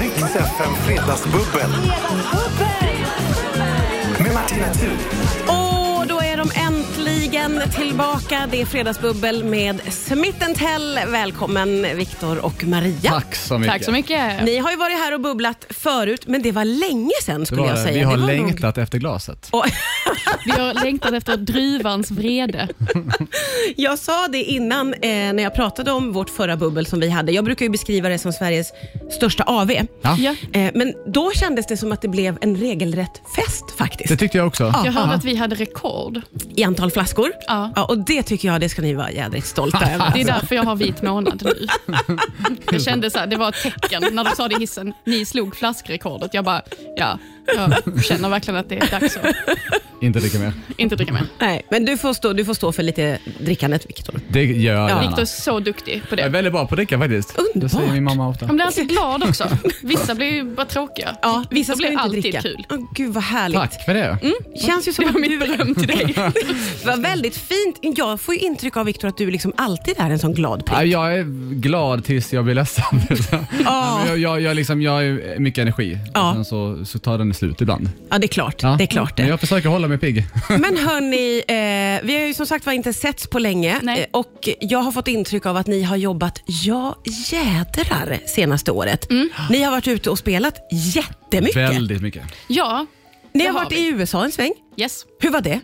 Rix FM Fredagsbubbel med Martina Thun. Och då är de äntligen tillbaka. Det är Fredagsbubbel med Smith Tell. Välkommen Viktor och Maria. Tack så mycket. Tack så mycket. Ni har ju varit här och bubblat förut, men det var länge sedan Det skulle var, jag säga. vi har Det var nog- längtat efter glaset. Och, Vi har längtat efter druvans vrede. jag sa det innan eh, när jag pratade om vårt förra bubbel som vi hade. Jag brukar ju beskriva det som Sveriges största AV. Ja. Ja. Eh, men då kändes det som att det blev en regelrätt fest faktiskt. Det tyckte jag också. Jag hörde att vi hade rekord. I antal flaskor. Ja. Ja, och det tycker jag det ska ni vara jädrigt stolta över. Det är därför jag har vit månad nu. Jag kände så här, det var ett tecken när du sa det i hissen. Ni slog flaskrekordet. Jag bara, ja, jag känner verkligen att det är dags att Inte lika mer. inte dricka mer. Nej, men du får stå, du får stå för lite drickandet Viktor. Det gör jag Ja. gärna. Viktor är så duktig på Jag är det. väldigt bra på att dricka faktiskt. Det Underbart. säger min mamma Han ofta. blir alltid glad också. Vissa blir ju bara tråkiga. Ja, vissa Då ska blir inte alltid dricka. kul. Åh, Gud vad härligt. Tack för det. Mm. Känns ju som Det att var mitt beröm till dig. det var väldigt fint. Jag får ju intryck av Viktor att du liksom alltid är en sån glad prick. Ja, Jag är glad tills jag blir ledsen. Ja. Jag, jag, jag, liksom, jag har ju mycket energi, Ja. och sen så, så tar den slut ibland. Ja, det är klart. Ja. Det är klart Men det. jag försöker hålla mig pigg. Men hörni, eh, vi har ju som sagt var inte setts på länge Nej. Eh, och jag har fått intryck av att ni har jobbat ja jädrar senaste året. Mm. Ni har varit ute och spelat jättemycket. Väldigt mycket. Ja, Ni har det har varit vi. i USA en sväng. yes. Hur var det?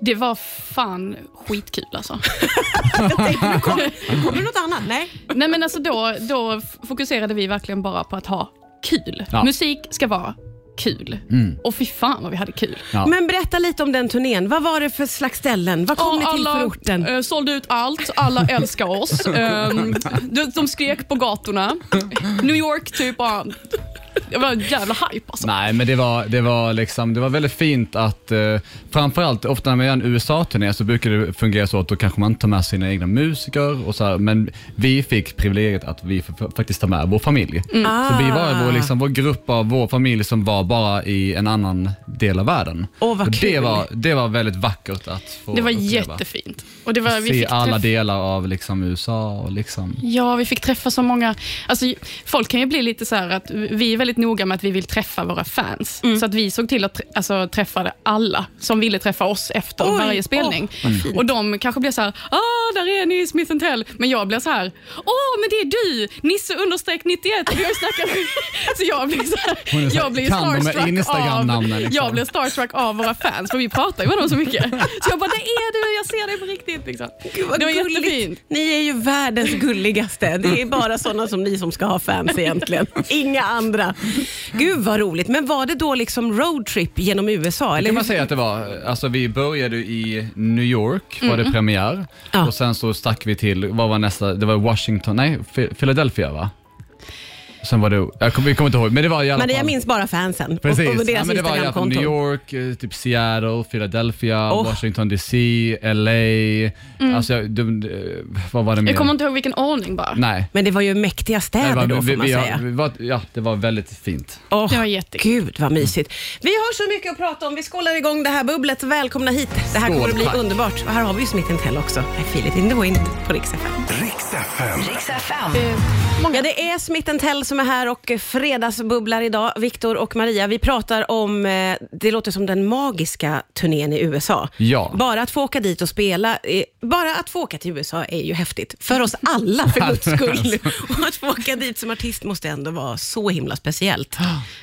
Det var fan skitkul alltså. Kommer det något annat? Nej. Nej men alltså då, då f- fokuserade vi verkligen bara på att ha kul. Ja. Mm. Musik ska vara kul. Och fy fan vad vi hade kul. Ja. Men berätta lite om den turnén. Vad var det för slags ställen? Vad kom Och ni till för orten? eh, sålde ut allt, alla älskar oss. Ehm, de, de skrek på gatorna. New York typ bara... Det var en jävla hype alltså. Nej, men det var, det var, liksom, det var väldigt fint att eh, framförallt ofta när man gör en USA-turné så brukar det fungera så att då kanske man inte tar med sina egna musiker och så här, men vi fick privilegiet att vi f- f- faktiskt tar med vår familj. Mm. Så vi var Ah. vår, liksom, vår grupp av vår familj som var bara i en annan del av världen. Åh, vad Och det, kul. var, det var väldigt vackert att få Det var uppleva. jättefint. Och det var, vi Se fick alla träffa delar av liksom, USA och liksom... Ja, vi fick träffa så många. Alltså, folk kan ju bli lite så här att vi är väldigt noga med att vi vill träffa våra fans. Mm. Så att vi såg till att tr- alltså, träffa alla som ville träffa oss efter Oj, varje spelning. Och de kanske blir så här, ah, där är ni, Smith Tell. Men jag blir så här, åh, men det är du, Nisse understreck 91, vi har ju snackat. så jag blir så här, Hon är så här, jag blir kan de här starstruck av, Instagram-namnen, liksom? jag blir starstruck av våra fans, för vi pratar ju med dem så mycket. Så jag bara, det är du, jag ser dig på riktigt. Liksom. Vad det var gulligt. jättefint. Ni är ju världens gulligaste. Det är bara sådana som ni som ska ha fans egentligen. Inga andra. Gud vad roligt. Men var det då liksom roadtrip genom USA? Eller kan hur? man säga att det var. Alltså, vi började i New York, var det premiär. Mm, Ja. Och sen så stack vi till, vad var nästa, det var Washington, nej, Phi- Philadelphia va? Sen var det, jag kommer, vi kommer inte ihåg, men det var i alla Men jag fall. minns bara fansen och- Precis, och deras ja, men det var i alla fall New Instagramkonton. York, eh, typ Seattle, Philadelphia, Oh. Washington DC, LA. Mm. Alltså, jag- de, de, vad var det mer? Jag kommer inte ihåg vilken ordning bara. Nej. Men det var ju mäktiga städer Det var, då får vi, man vi, har- säga. vi var, ja, det var väldigt fint. Åh, Det var jättekul. Gud vad mysigt. Vi har så mycket att prata om. Vi skålar igång det här bubblet. Välkomna hit. Det här Skål, kommer att bli tack. underbart. Och här har vi ju Smith Tell också. I feel it in the wind på Rix FM. Rix FM. Ja, det är Smith Tell som är här och fredagsbubblar idag. Viktor och Maria, vi pratar om, eh, det låter som den magiska turnén i USA. Ja. Bara att få åka dit och spela, eh, bara att få åka till USA är ju häftigt. För oss alla för guds skull. Och att få åka dit som artist måste ändå vara så himla speciellt.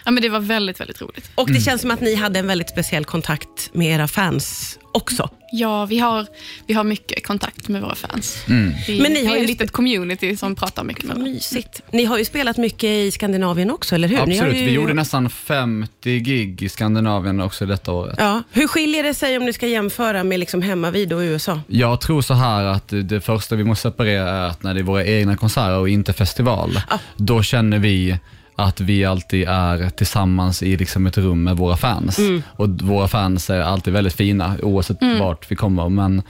Ja, men det var väldigt, väldigt roligt. Och Mm. det känns som att ni hade en väldigt speciell kontakt med era fans också. Ja, vi har, vi har mycket kontakt med våra fans. Mm. Vi, Men ni vi har är ju ett lite- litet community som pratar mycket med varandra. Mysigt. Ni har ju spelat mycket i Skandinavien också, eller hur? Ni har Absolut, ju... vi gjorde nästan 50 gig i Skandinavien också detta året. Ja. Hur skiljer det sig om ni ska jämföra med liksom hemmavid och USA? Jag tror så här att det första vi måste separera är att när det är våra egna konserter och inte festival, då känner vi att vi alltid är tillsammans i liksom ett rum med våra fans. Och våra fans är alltid väldigt fina oavsett vart vi kommer. Men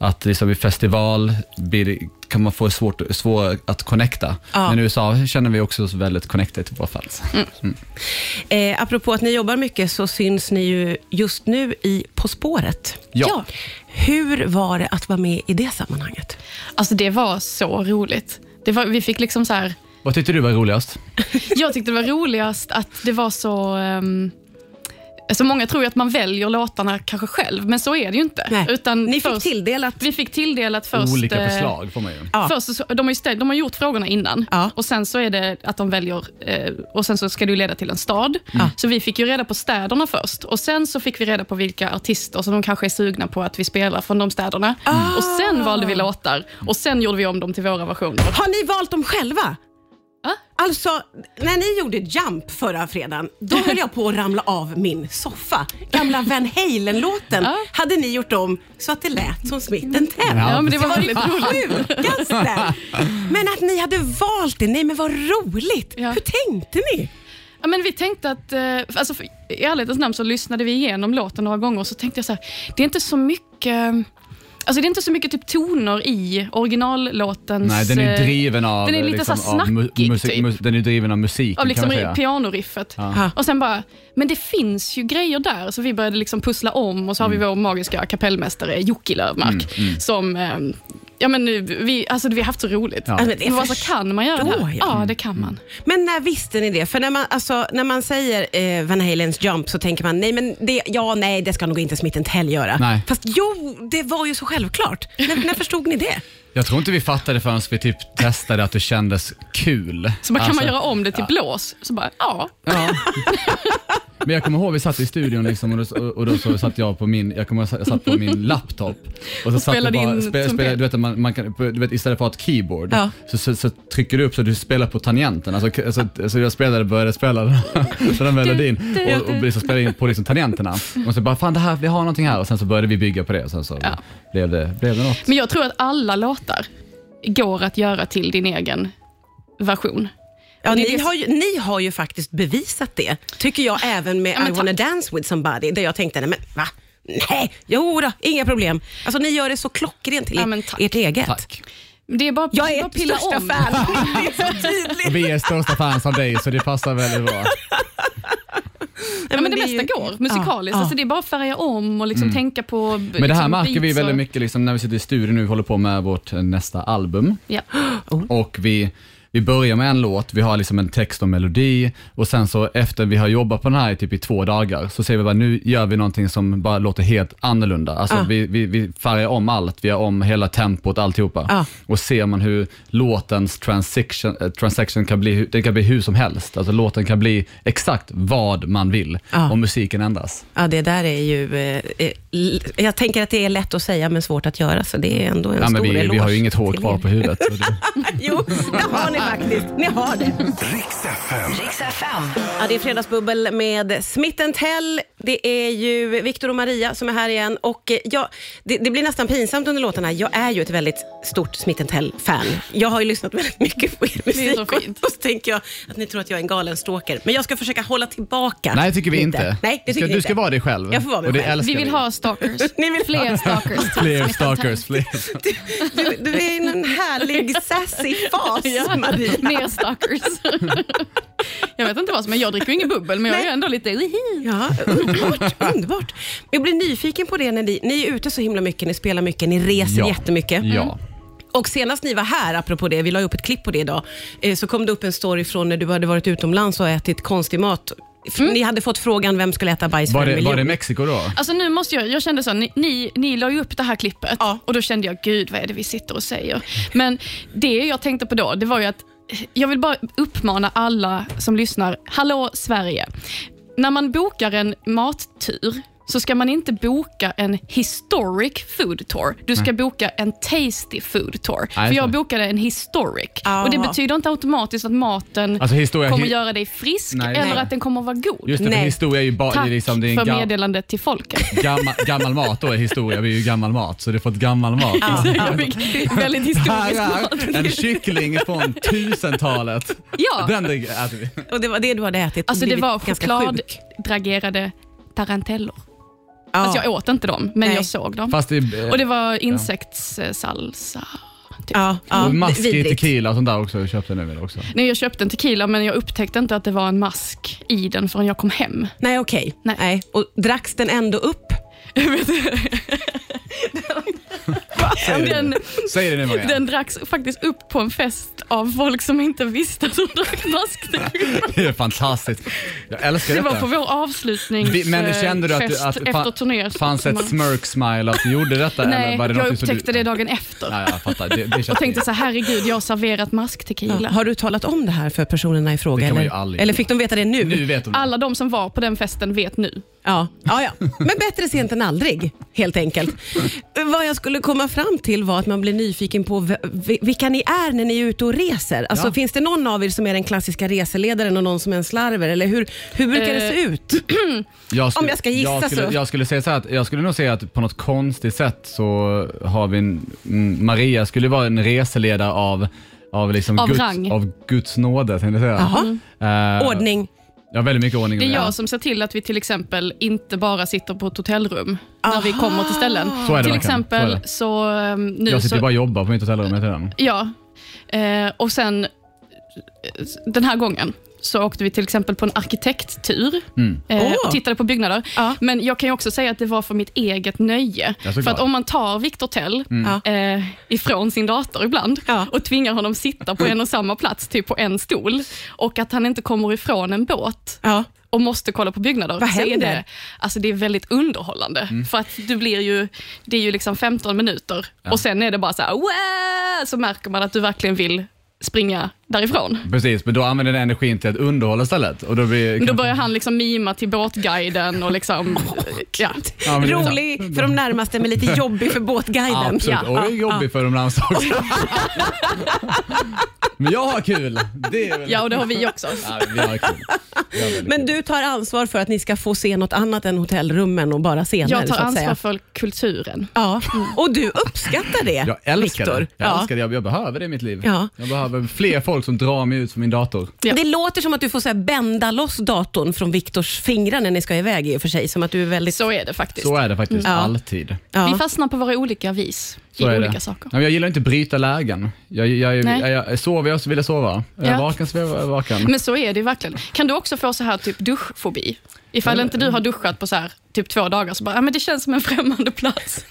att liksom i festival blir, det- kan man få svårt, svårt att connecta. Ja. Men i USA känner vi också oss väldigt connected till våra fans. Eh, apropå att ni jobbar mycket så syns ni ju just nu i På spåret. Ja. Hur var det att vara med i det sammanhanget? Alltså, det var så roligt. Det var, vi fick liksom så här... Och Vad tyckte du var roligast? Jag tyckte det var roligast att det var så... ehm, så många tror ju att man väljer låtarna kanske själv, men så är det ju inte. Nej. Utan Ni fick först- tilldelat. Vi fick tilldelat först... Olika eh, förslag får man ju. Ja. Först, så- de, har ju ställt, de har gjort frågorna innan Ja. och sen så är det att de väljer eh, och sen så ska det ju leda till en stad. Mm. Så vi fick ju reda på städerna först och sen så fick vi reda på vilka artister som de kanske är sugna på att vi spelar från de städerna. Och sen valde vi låtar och sen gjorde vi om dem till våra versioner. Har ni valt dem själva? Ja. Alltså, när ni gjorde Jump förra fredagen, då höll jag på att ramla av min soffa. Gamla Van Halen-låten Ja. hade ni gjort om så att det lät som Smith Tell. Ja, Ja, men det var Det väldigt var roligt. det sjukaste! Men att ni hade valt det, nej men vad roligt! Ja. Hur tänkte ni? Ja, men vi tänkte att, eh, alltså, för, i ärlighetens namn så lyssnade vi igenom låten några gånger och så tänkte jag så här, det är inte så mycket Alltså det är inte så mycket typ toner i originallåtens... Nej, den är eh, driven av... Den är lite liksom, så här av mu- snackig, musik- typ. mus- Den är driven av musiken av liksom kan man säga. pianoriffet. Ja. Och sen bara, men det finns ju grejer där, så vi började liksom pussla om och så har Mm. vi vår magiska kapellmästare Jocke Löfmark som eh, Ja, men nu, vi, alltså, vi har haft så roligt. Ja. men det Men alltså, förstår kan man göra det jag. här? Ja, det kan man. Men när visste ni det? För när man, alltså, när man säger eh, Van Halens Jump så tänker man, nej men det, ja, nej, det ska nog inte Smith Tell göra. Nej. Fast jo, det var ju så självklart. När, när förstod ni det? Jag tror inte vi fattade förrän vi typ testade att det kändes kul. Så bara, kan Alltså, man göra om det till blås? Så bara, ja. Ja. Men jag kommer ihåg vi satt i studion liksom, och, då, och då så satt jag på min, jag kommer ihåg, jag satt på min laptop. Och så satt jag spelade in spe, spelade, trumpet. du vet, att man, man kan, du vet, istället för att ha ett keyboard Ja. så, så, så trycker du upp så du spelar på tangenten. Alltså, alltså, så jag spelade, började spela den, så den melodin och, och liksom spelade in på liksom, tangenterna. Och så bara, fan det här, vi har någonting här. Och sen så började vi bygga på det och sen så Ja. blev, det, blev det något. Men jag tror att alla låtar går att göra till din egen version. Ja, Och det är ni, det- har ju, ni har ju faktiskt bevisat det, tycker jag, även med Ja, men I wanna dance with somebody, där jag tänkte, nej men va? Nej, jo då, inga problem. Alltså ni gör det så klockrent till Ja, er- men tack. ert eget. Tack. Det är bara Jag bara är att ert största fan. Det är så tydligt. Vi är största fans av dig så det passar väldigt bra. Ja, men det, är mesta ju- går musikaliskt. Ja, Alltså, det är bara att färga om och liksom tänka på... Men det här märker vi väldigt mycket liksom, när vi sitter i studion nu och håller på med vårt eh, nästa album. Ja. Och vi, vi börjar med en låt, vi har liksom en text och melodi och sen så efter vi har jobbat på den här i typ i två dagar så säger vi bara nu gör vi någonting som bara låter helt annorlunda. Alltså Ja. vi, vi, vi färgar om allt, vi gör om hela tempot, alltihopa. Ja. Och ser man hur låtens transition, eh, transaction kan bli, hu- den kan bli hur som helst. Alltså låten kan bli exakt vad man vill Ja. och musiken ändras. Ja, det där är ju... eh, eh, l- Jag tänker att det är lätt att säga men svårt att göra, så det är ändå en Ja, stor men vi, eloge. vi har ju inget hår till kvar er. på huvudet. så det- Jo, det har ni faktiskt. Ni har det. Riks FM. Riks FM. Ja, det är Fredagsbubbel med Smith Tell. Det är ju Viktor och Maria som är här igen. Och eh, jag, det, det blir nästan pinsamt under låtarna. Jag är ju ett väldigt stort Smith Tell-fan. Jag har ju lyssnat väldigt mycket på er är musik. så Och, fint. och så tänker jag att ni tror att jag är en galen stalker. Men jag ska försöka hålla tillbaka. Nej, det tycker vi inte. Nej, det Du ska, tycker ni du ska inte. vara dig själv. Jag får vara mig och det själv. älskar Vi vill ha stalkers. Ni vill- Fler stalkers. fler stalkers. Fler. Du, du är i en härlig sassy fas, Maria. Mer stalkers. jag vet inte vad som men jag dricker ju ingen bubbel, men jag är ändå lite... "Wihi." Ja, underbart, underbart. Jag blir nyfiken på det när ni, ni är ute så himla mycket, ni spelar mycket, ni reser Ja. jättemycket. Mm. Ja. Och senast ni var här, apropå det, vi la upp ett klipp på det idag, eh, så kom det upp en story från när du hade varit utomlands och ätit konstig mat. F- Ni hade fått frågan vem skulle äta bajs Mm. Var, för en det, var miljon. det Mexiko då? Alltså nu måste jag, jag kände så, ni, ni, ni la ju upp det här klippet Ja. och då kände jag, gud vad är det vi sitter och säger? Men det jag tänkte på då, det var ju att eh, jag vill bara uppmana alla som lyssnar, hallå Sverige. När man bokar en mattur så ska man inte boka en historic food tour. Du ska boka en tasty food tour. Nej, För så. jag bokade en historic. Ah. Och Det betyder inte automatiskt att maten Alltså, historia- kommer göra dig frisk Nej. eller Nej. att den kommer vara god. Just det, Nej. för historia är ju bara, det Tack är liksom, det är en för gam, meddelandet till folket. gammal, gammal mat då är historia, vi är ju gammal mat, så det är fått gammal mat. Liksom. Jag fick väldigt Här historisk mat. är en kyckling från 1000-talet. Ja. Den alltså, dricker- äter vi. Och det var det du hade ätit och Alltså det blivit var ganska sjuk. chokladdragerade tarantellor. Ja. Alltså jag åt inte dem, men Nej. jag såg dem. Fast det är, eh, Och det var insektssalsa. ja, ja, och maskig vidrigt. tequila och sånt där också, jag köpte nu väl också. Nej, jag köpte en tequila, men jag upptäckte inte att det var en mask i den förrän jag kom hem. Nej, okej. Nej. Nej. Och dracks den ändå upp? Jag vet inte. Säg det Den- nu. Säg det nu Maria. Den dracks faktiskt upp på en fest av folk som inte visste att de drack maskdryck. Det är fantastiskt. Jag älskar Det detta. var på vår avslutnings Vi- Men kände du att, du, fest att det eh, efter turné. fanns ett smirk smile att du gjorde detta? Nej, eller var det jag någonting som upptäckte du... det dagen efter. Nej, jag fattar. Det, det och känns tänkte fel. så här, herregud, jag har serverat masktequila. Har du talat om det här för personerna i fråga? Det kan man ju eller? aldrig eller göra. fick de veta det nu? Nu vet de det. Alla de som var på den festen vet nu. Ja. Ja, ja. Men bättre sent än aldrig, helt enkelt. Vad jag skulle komma fram till var att man blir nyfiken på v- v- vilka ni är när ni är ute och reser. Alltså, Ja. Finns det någon av er som är den klassiska reseledaren och någon som är en slarver? Eller hur, hur brukar det Eh, se ut? Jag Om jag ska gissa jag skulle, så- Jag skulle, säga så här att, jag skulle nog säga att på något konstigt sätt så har vi en, mm, Maria skulle vara en reseledare av av, liksom Av Guds, rang. av Guds nåde, tänkte jag säga. Jaha. Eh, Ordning? Ja, väldigt mycket ordning. och Det är reda. jag som ser till att vi till exempel inte bara sitter på ett hotellrum när vi kommer till ställen. Så är det Till verkligen. Så är exempel det. så... ehm, Nu jag sitter så ju bara och jobbar på mitt hotellrum hela tiden. Ja. Eh, och sen eh, den här gången så åkte vi till exempel på en arkitekttur eh, Åh. och tittade på byggnader. Ja. Men jag kan ju också säga att det var för mitt eget nöje. Jag är så För glad. att om man tar Victor Tell eh, ifrån sin dator ibland Ja. och tvingar honom sitta på en och samma plats, typ på en stol, och att han inte kommer ifrån en båt Ja. och måste kolla på byggnader, Vad så är händer? det, alltså det är väldigt underhållande. Mm. För att du blir ju, det är ju liksom 15 minuter och sen är det bara så här, "Wow!" så märker man att du verkligen vill springa därifrån. Precis, men då använder den energin till att underhålla istället. Och då blir, Då börjar han liksom mima till båtguiden och liksom, ja. Ja, men det är Rolig för de närmaste men lite jobbig för båtguiden. Absolut, och det är jobbigt för de närmsta också. men jag har kul. Det är väl... ja, och det har vi också. Ja, vi har kul. Vi har väldigt Men kul. du tar ansvar för att ni ska få se något annat än hotellrummen och bara scener? Jag tar så att säga. ansvar för kulturen. Ja, och du uppskattar det, Jag älskar Viktor. det. Jag, ja. älskar det. Jag, jag behöver det i mitt liv. Ja. Jag behöver fler folk som drar mig ut från min dator. Ja. Det låter som att du får så här bända loss datorn från Viktors fingrar när ni ska iväg i och för sig. Som att du är väldigt... Så är det Mm. faktiskt. Så är det faktiskt Ja. alltid. ja. Vi fastnar på våra olika vis Så i är olika det. saker. Ja, men jag gillar inte att bryta lägen. Jag, jag, jag, Nej. jag, jag, sover jag så vill jag sova. Är jag Ja. vaken så vill jag vara vaken. Men så är det ju verkligen. Kan du också få så här typ duschfobi? Ifall inte du har duschat på så här typ två dagar så bara, ja men det känns som en främmande plats.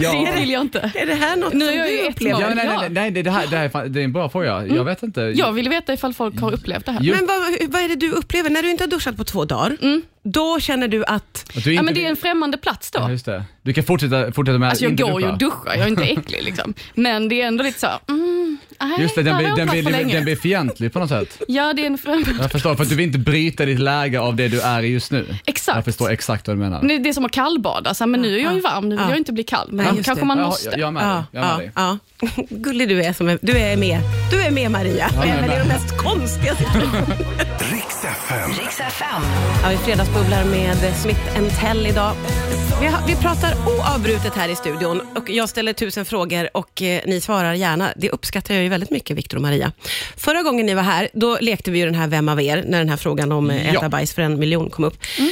Det vill jag inte. Är det här något Nu är som jag ju du ett upplever? noll. Ja, nej, nej, Ja. nej, nej, det, det, här, det, här är fan, det är en bra fråga. Jag vet inte. Jag vill veta ifall folk har upplevt det här. Jo, Men vad, vad är det du upplever när du inte har duschat på två dagar? Då känner du att... att du Ja, inte men det är vill- en främmande plats då. Ja, just det. Du kan fortsätta, fortsätta med Alltså jag inte går ju duppa. och duschar, jag är inte äcklig liksom. Men det är ändå lite så här, mm, nej, Just det, den, där har blir, jag den, inte blir, varit för den, länge. blir fientlig på något sätt. Ja, det är en främmande... Jag förstår, för att du vill inte bryta ditt läge av det du är i just nu. Exakt. Jag förstår exakt vad du menar. Nu, Det är som att kallbada, så här, men nu är jag ju varm, nu vill Ja. jag inte bli kall. Nej, Men just kanske det. man Ja, måste. Jag, jag är med dig. Jag är med dig. ja. Gullig du är. Som är, du är med. Du är med Maria. jag är Även i med. de mest konstiga situationerna. Riks FM. Riks FM. Ja, vi fredagsbubblar med Smith Tell idag. Vi, har, vi pratar oavbrutet här i studion och jag ställer tusen frågor och eh, ni svarar gärna. Det uppskattar jag ju väldigt mycket, Viktor och Maria. Förra gången ni var här, då lekte vi ju den här Vem av er? När den här frågan om eh, äta Ja. bajs för en miljon kom upp. Mm.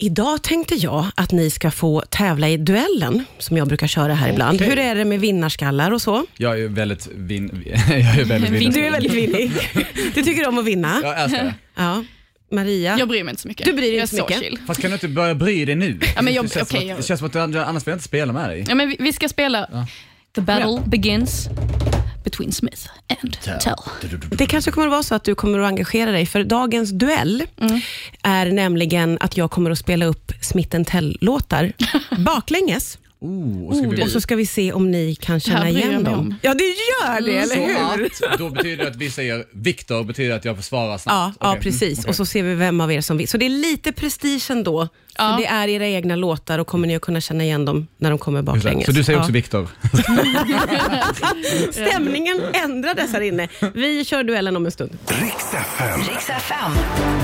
Idag tänkte jag att ni ska få tävla i duellen, som jag brukar köra här ibland. Okej. Hur är det med vinnarskallar och så? Jag är väldigt vinn... Jag är väldigt vinn. Du är väldigt vinnig. Du tycker om att vinna. Ja. Jag älskar det. Maria? Jag bryr mig inte så mycket. Du bryr dig jag är inte så så mycket. chill. Fast kan du inte börja bry dig nu? Ja, men jag- det, känns okej, som att, jag- det känns som att du, annars vill jag inte spela med dig. Ja, men vi, vi ska spela The battle begins between Smith and Tell. Det kanske kommer att vara så att du kommer att engagera dig, för dagens duell Mm. är nämligen att jag kommer att spela upp Smith Tell-låtar baklänges. Oh, och ska vi Och så ska vi se om ni kan här känna bryr jag igen mig dem. om. Mm, Ja, det gör det, eller hur? så att, då betyder det att vi säger Viktor, betyder att jag försvarar Ja, snabbt. ja, Okej, precis. mm, okej. Och så ser vi vem av er som vinner. Så det är lite prestige ändå. Ja. Så det är era egna låtar och kommer ni att kunna känna igen dem när de kommer Just det. baklänges. Så du säger också Ja. Viktor? Stämningen ändrades här inne. Vi kör duellen om en stund. Riks FM. Riks FM.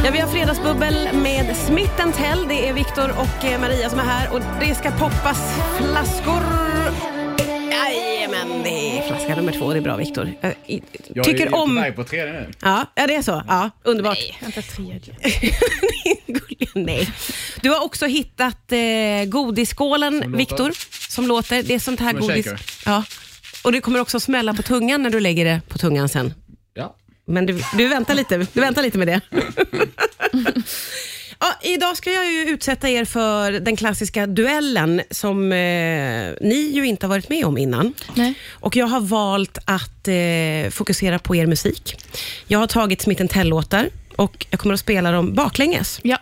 Ja, vi har fredagsbubbel med Smith Tell. Det är Viktor och eh, Maria som är här och det ska poppas flaskor. Jajamän, det är flaska nummer två. Det är bra Viktor. Jag, eh, Jag är tycker ju om... på väg på tredje nu. Ja, ja, det är så. Ja, underbart. Vänta, tredje. Gulliga, Nej. Du har också hittat eh, Som godisskålen, låter. Viktor, som låter. Det är sånt här Som en godis... shaker. Ja. Och det kommer också smälla på tungan när du lägger det på tungan sen. Ja. Men du, du, väntar lite, du väntar lite med det. Okej, Ja, idag ska jag ju utsätta er för den klassiska duellen som eh, ni ju inte har varit med om innan. Nej. Och jag har valt att eh, fokusera på er musik. Jag har tagit Smith Tell-låtar och jag kommer att spela dem baklänges. Ja.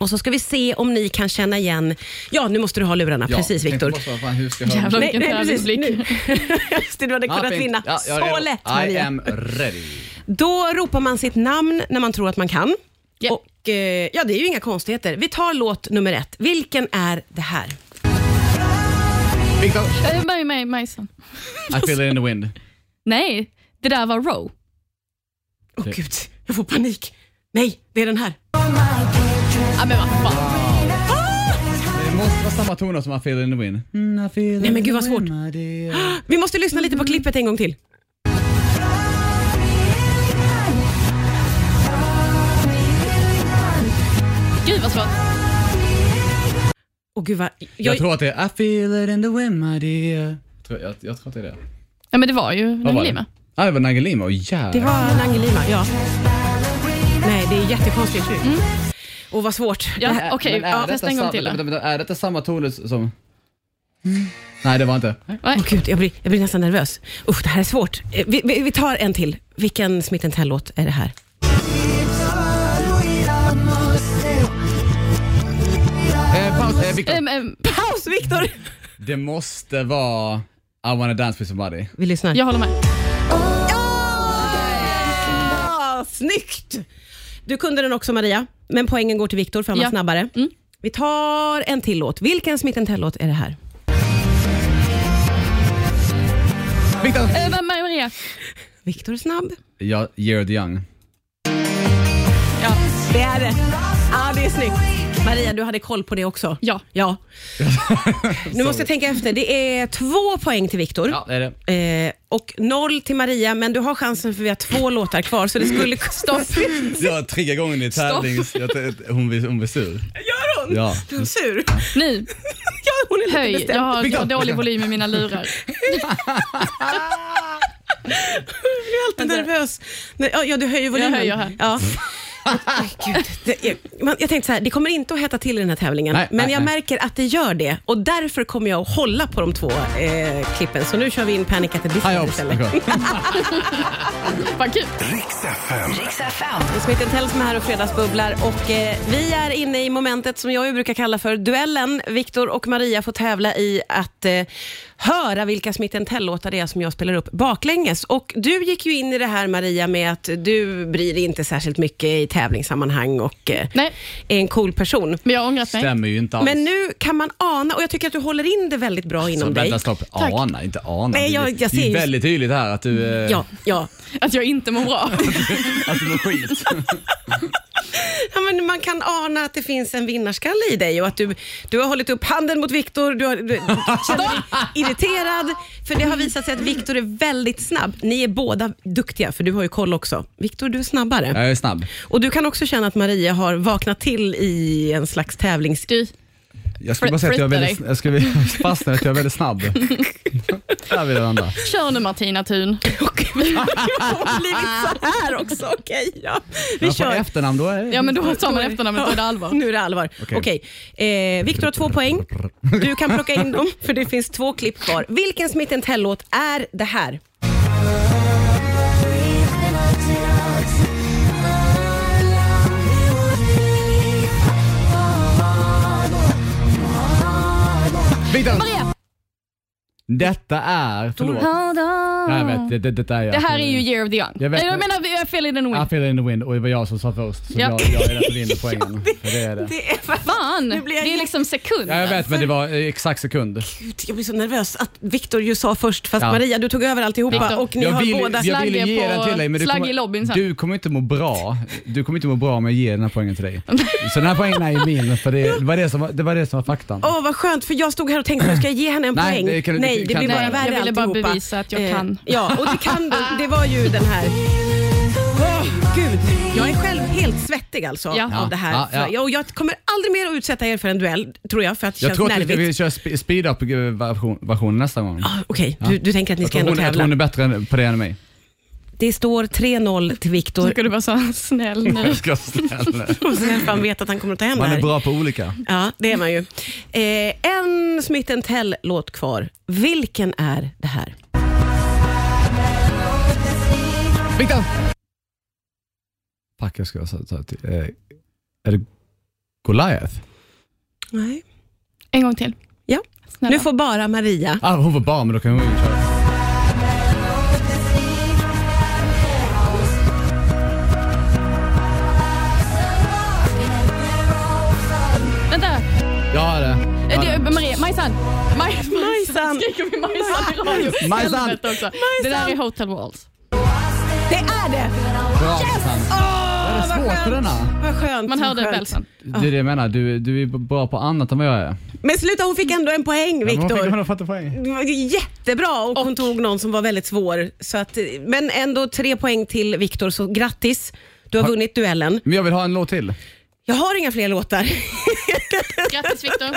Och så ska vi se om ni kan känna igen... Ja, nu måste du ha lurarna. Precis, Viktor. Jävlar vilken Nej, nej, precis. tävlingsblick. Just det, du hade Ah, kunnat vinna så lätt, I Maria. am ready. Då ropar man sitt namn när man tror att man kan. Ja. Och, eh, ja, det är ju inga konstigheter. Vi tar låt nummer ett. Vilken är det här? Viktor, Eh, Maj, Maj, Majsan. I feel it in the wind. Nej, det där var Row. Åh Det- gud, jag får panik. Nej, det är den här. Ja, men vad fan. Det måste vara samma toner som I feel it in the wind. Mm, I feel Nej, men gud, vad svårt. svårt. Vi måste lyssna lite på klippet en gång till. Gud vad svårt. Åh gud, vad... Jag, Jag tror att det är I feel it in the wind my dear. Jag tror, jag, jag tror att det är det. Ja, men det var ju Vad var Nangelima. det? Ah, det var Nagelima. Oh, jävlar. Det var Nangelima, ja. Nej, det är jättekonstigt. Mm. Och vad svårt. Ja, Det här- Okej, Men är ja, detta testa en gång sam- till då. vänta, vänta, Är detta samma toner som... Nej, det var inte. Nej. Åh gud, jag blir, jag blir nästan nervös. Usch, det här är svårt. Eh, Vi, vi, vi tar en till. Vilken Smith Tell-låt är det här? Eh, paus, eh, Victor. Ehm, ehm, Paus, Viktor! Det måste vara I wanna dance with somebody. Vi lyssnar. jag håller med. Ah, snyggt! Du kunde den också Maria, men poängen går till Viktor för han var Ja. snabbare. Mm. Vi tar en till låt. Vilken Smith Tell-låt är det här? Victor! Eh, Maj, Maj, Maria. Viktor är snabb. Ja, Year the Young. Ja. Det är det. Ja, det är snyggt. Maria, du hade koll på det också. Ja. ja. nu måste jag tänka efter. Det är två poäng till Viktor. Ja, det är det. Eh, och noll till Maria, men du har chansen för vi har två låtar kvar så det skulle... Stopp! Jag triggar igång din tävlings... Jag, t- hon, blir, hon blir sur. Gör hon? Ja. Är hon sur? Nu, Ja, hon är lite höj. bestämd. Jag har, jag har Victor. dålig volym i mina lurar. Jag blir alltid nervös. Nej, ja, Ja, du höjer volymen. Jag höjer här. Mm. Ja. Ay, Gud, det är, man, jag tänkte så här, det kommer inte att hetta till i den här tävlingen, Nej, men nej, jag nej. märker att det gör det och därför kommer jag att hålla på de två eh, klippen. Så nu kör vi in Panic at the High Disco hopes. istället. Okay. Vad kul. Riks FM. Riks FM. Det är Smith Tell som är här och Fredagsbubblar och eh, vi är inne i momentet som jag ju brukar kalla för duellen. Viktor och Maria får tävla i att eh, höra vilka Smith Tell-låtar det är som jag spelar upp baklänges. Och du gick ju in i det här Maria med att du bryr dig inte särskilt mycket i tävlingssammanhang och eh, Nej. är en cool person. Men jag har ångrat mig. Stämmer ju inte alls. Men nu kan man ana, och jag tycker att du håller in det väldigt bra Så, inom dig. vänta, stopp. Ana, inte ana. Nej, jag- jag det är ser ju ju- väldigt tydligt här att du... eh, Ja, ja. Att jag inte mår bra. Att du mår skit. Ja, men man kan ana att det finns en vinnarskalle i dig och att du, du har hållit upp handen mot Viktor. Du, har- du, du känner dig irriterad, för det har visat sig att Viktor är väldigt snabb. Ni är båda duktiga, för du har ju koll också. Viktor, du är snabbare. Jag är snabb. Och Du kan också känna att Maria har vaknat till i en slags tävlings... Du, Jag skulle bara säga att jag är väldigt, jag skulle vilja fastna att jag är väldigt snabb. Där vill jag landa. kör nu Martina Thun. Okej, men det har blivit så här också. Okej, ja. Vi Jag får kör. efternamn då. Är det... Ja, men då tar man efternamnet, då är det allvar. Nu är det allvar. Okej. Okej. Eh, Viktor har två poäng. Du kan plocka in dem, för det finns två klipp kvar. Vilken Smith Tell-låt är det här? Viktor! Maria! Detta är, förlåt. Nej, jag vet, det, det, detta är jag. Det här är ju year of the young. Jag Jag, vet. jag menar, jag fel i den I wind. feel it in the wind och det var jag som sa först. Så Ja. jag, jag är den som vinner poängen. För det är det. Det är för Fan, Nu blir jag det är jätte- liksom sekund. Ja, jag vet, men det var eh, exakt sekund. Gud, jag blir så nervös att Viktor ju sa först, fast Ja. Maria du tog över alltihopa Viktor. och ni jag har vill, båda... jag vill slagg ge på- den till dig, men du slagg i lobbyn kommer, sen. du kommer inte må bra. Du kommer inte må bra om jag ger den här poängen till dig. Så den här poängen är ju min, för det, det, var, det, som var, det var det som var faktan. Åh vad skönt, för jag stod här och tänkte, nu ska jag ge henne en Nej, poäng? det kan du- Nej, det det kan blir du bara inte. värre Jag ville bara alltihopa. Eh, bevisa att jag kan. Ja, och det kan du. Det var ju den här. Åh Gud, jag är själv helt svettig alltså Ja. av det här. Ja, ja, ja. Och jag kommer aldrig mer att utsätta er för en duell, tror jag, för att det Jag känns tror att vi- nervigt. vi kör spe- speed up version, version nästa gång. Ah, Okej, du, du tänker att ni Jag ska tror, ändå hon, jag tror tävla? hon är bättre än- på det än mig. Det står 3-0 till Viktor. Tycker du var så snäll nu? Jag ska vara snäll. Och sen fan vet att han kommer att ta hem Man det här. är bra på olika. Ja, det är man ju. Eh, en Smith Tell-låt kvar. Vilken är det här? Viktor! Fuck, jag ska säga det till. Eh, Är det Goliath? Nej. En gång till. Ja. Snälla. Nu får bara Maria. Ah, hon var barn, men då kan hon ju köra. Vänta! Ja, det. Eh, Ja, Det, det. Maria, Majsan! Maj, Majsan. Skriker vi Majsan i radio? Majsan. Helvete Också. Det där är Hotel Walls. Det är det! Bra, Susanne. Åh, det svårt vad för skönt. denna? Vad skönt. Man hörde vad skönt. bälsen. Det är det jag menar, du, du är bra på annat än vad jag är. Men sluta, hon fick ändå en poäng, Viktor. har fått poäng. Det var Jättebra och, hon tog någon som var väldigt svår. Så att, men ändå tre poäng till Viktor, så grattis. Du har vunnit duellen. Men jag vill ha en låt till. Jag har inga fler låtar. Grattis Viktor!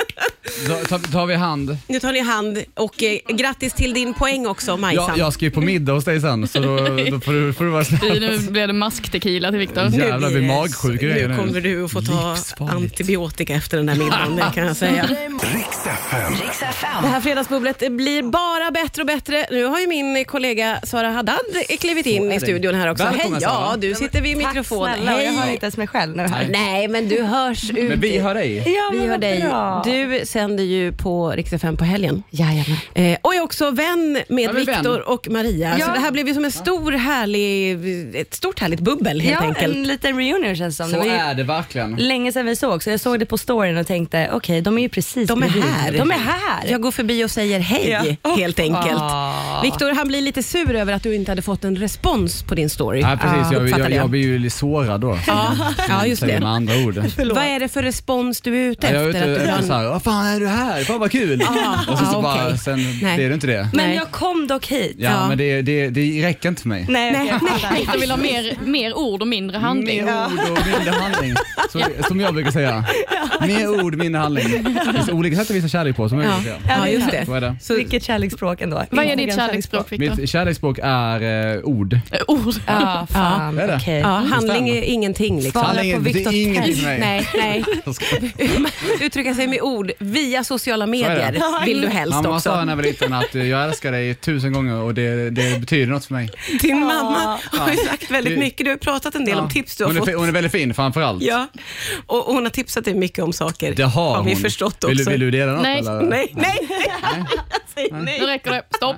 Då tar, tar vi hand. Nu tar ni hand och eh, grattis till din poäng också Majsan. Jag, jag ska ju på middag hos dig sen, så då, då får, du, får du vara snäll. Nu blev det masktequila till Viktor. Ja. jävlar, blir vi det- magsjuka Nu grejer nu. kommer du att få ta Livsfarligt. antibiotika efter den här middagen, det kan jag säga. Riks FM. Riks Det FM. här fredagsbubblet blir bara bättre och bättre. Nu har ju min kollega Sara Haddad eh, klivit in i studion här också. Välkommen, Hej, ja, Sara. du sitter vid mikrofonen. Tack snälla, jag hör Hej. inte ens mig själv nu här. Nej, men du hörs ut. Men vi hör dig. Ja, Vi men hör vad dig. bra. Du sänder ju på Rix FM på helgen. Jajamän. Eh, och är också vän med Ja, men vän. Viktor och Maria. Så Ja. det här blev ju som en stor, härlig, ett stort härligt bubbel helt ja, enkelt. en liten reunion känns som. det Så var ju är det verkligen. länge sedan vi såg så jag såg det på storyn och tänkte okej, de är ju precis De är bredvid. här. De är här. Jag går förbi och säger hej Ja. helt enkelt. Ah. Viktor han blir lite sur över att du inte hade fått en respons på din story. Ah, Ja, precis. Jag, Uppfattar jag, det. jag blir ju lite sårad då. Ja, ja just Säger det. Med andra ord. Vad är det för respons du är ute Ja, efter? jag är ute att du efter såhär, vad fan är du här? Fan vad kul! Ah, och sen så ah, bara, okej. sen Nej. det är du inte det. Men Nej. jag kom dock hit. Ja, Ja. men det, det, det räcker inte för mig. Nej, Nej, jag fattar. Viktor vill ha mer, mer ord och mindre handling. Mer ord och mindre handling, som, som jag brukar säga. Mer ord, mindre handling. Det finns olika sätt att visa kärlek på, som jag brukar ja. säga. ja, just det. Så är det. Så, Vilket kärleksspråk ändå. Vad är Instagram ditt kärleksspråk Viktor? Mitt kärleksspråk är eh, ord. Eh, Ord. Ja, Ah, fan. Ja. Är det? Okej. ja, handling är stämmer. ingenting. Liksom. Svara på Handling- Viktor det är ingenting för mig. Nej, nej. Jag skojar. Uttrycka sig med ord via sociala medier det. vill du helst Mamma sa också. när jag var liten att eh, jag älskar dig tusen gånger och det, det betyder något för mig. Din mamma har ju sagt väldigt Det- mycket. Du har pratat en del Ja. om tips du har hon, är, fått. fi- hon är väldigt fin framförallt. Ja, och och hon har tipsat dig mycket om saker. Det har vi hon. förstått också. vill, du- vill du dela något Nej. eller? Nej, nej, nej. Nu nej. räcker det. Stopp.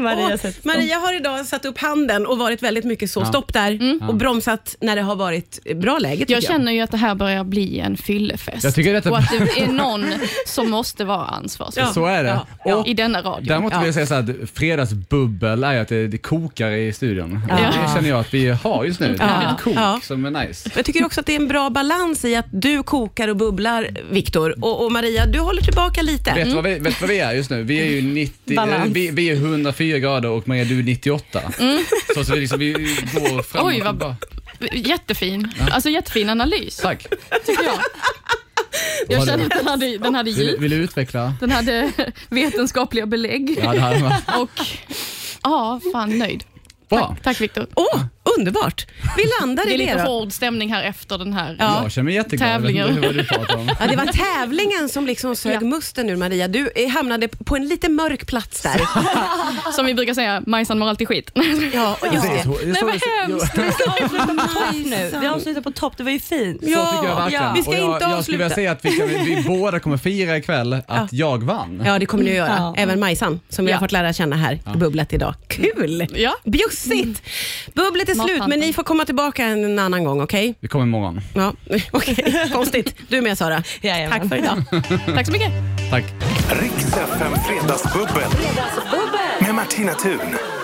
Maria Och sätter Maria har idag satt upp handen och varit väldigt mycket så, Ja. stopp där, och bromsat när det har varit bra läge. tycker Mm. Jag känner ju att det här börjar bli en fyllefest. Jag tycker detta- Och att det är någon som måste vara ansvarsfull Ja. Så är det. Ja, ja. Och i denna radio. Däremot Ja. vill jag säga så här att fredagsbubbel är ju att det, det kokar i studion. Och Det känner jag att vi har just nu. Det är ett kok Ja. som är nice. Jag tycker också att det är en bra balans i att du kokar och bubblar, Viktor, och, och Maria, du håller tillbaka lite. Vet du vad, vi- vet du vad vi är just nu? Vi är ju 90, Balans. eh, vi, vi är 104 grader och Maria du är 98. Så, så vi, liksom, vi går fram Mm. Oj, vad bra. Jättefin. Alltså jättefin analys, Tack. tycker jag. Har Jag du- känner att den hade, den hade Vill, djup, vill du utveckla? den hade vetenskapliga belägg Ja, det här var och ja, fan nöjd. bra. Tack Viktor. Åh, underbart! Vi landar Det i är det lite då. hård stämning här efter den här. Jag känner mig jätteglad. Jag vet inte Tävlingar. vad du pratar om. Ja, det var tävlingen som liksom sög Ja. musten ur Maria. Du eh, hamnade på en lite mörk plats där. Som vi brukar säga, Majsan mår alltid skit. Ja, och just det. Precis. Jag Nej, såg- vad jag- hemskt. nu. Vi avslutar på topp, det var ju fint. Så tycker jag verkligen. ja. Vi ska och jag, inte jag skulle vilja avsluta. säga att vi, kan, vi båda kommer fira ikväll att jag vann. Ja, det kommer ni att göra. Ja. Även Majsan, som vi Ja. har fått lära känna här i bubblet idag. Kul! Ja. Bjussigt! Bubblet är slut, men Mattanten. ni får komma tillbaka en annan gång, okej? Vi kommer imorgon. Ja, okej. Konstigt. Du är med Sara. Jajamän. Tack för idag. Tack så mycket. Tack. Riks FM Fredagsbubbel. Med Martina Thun.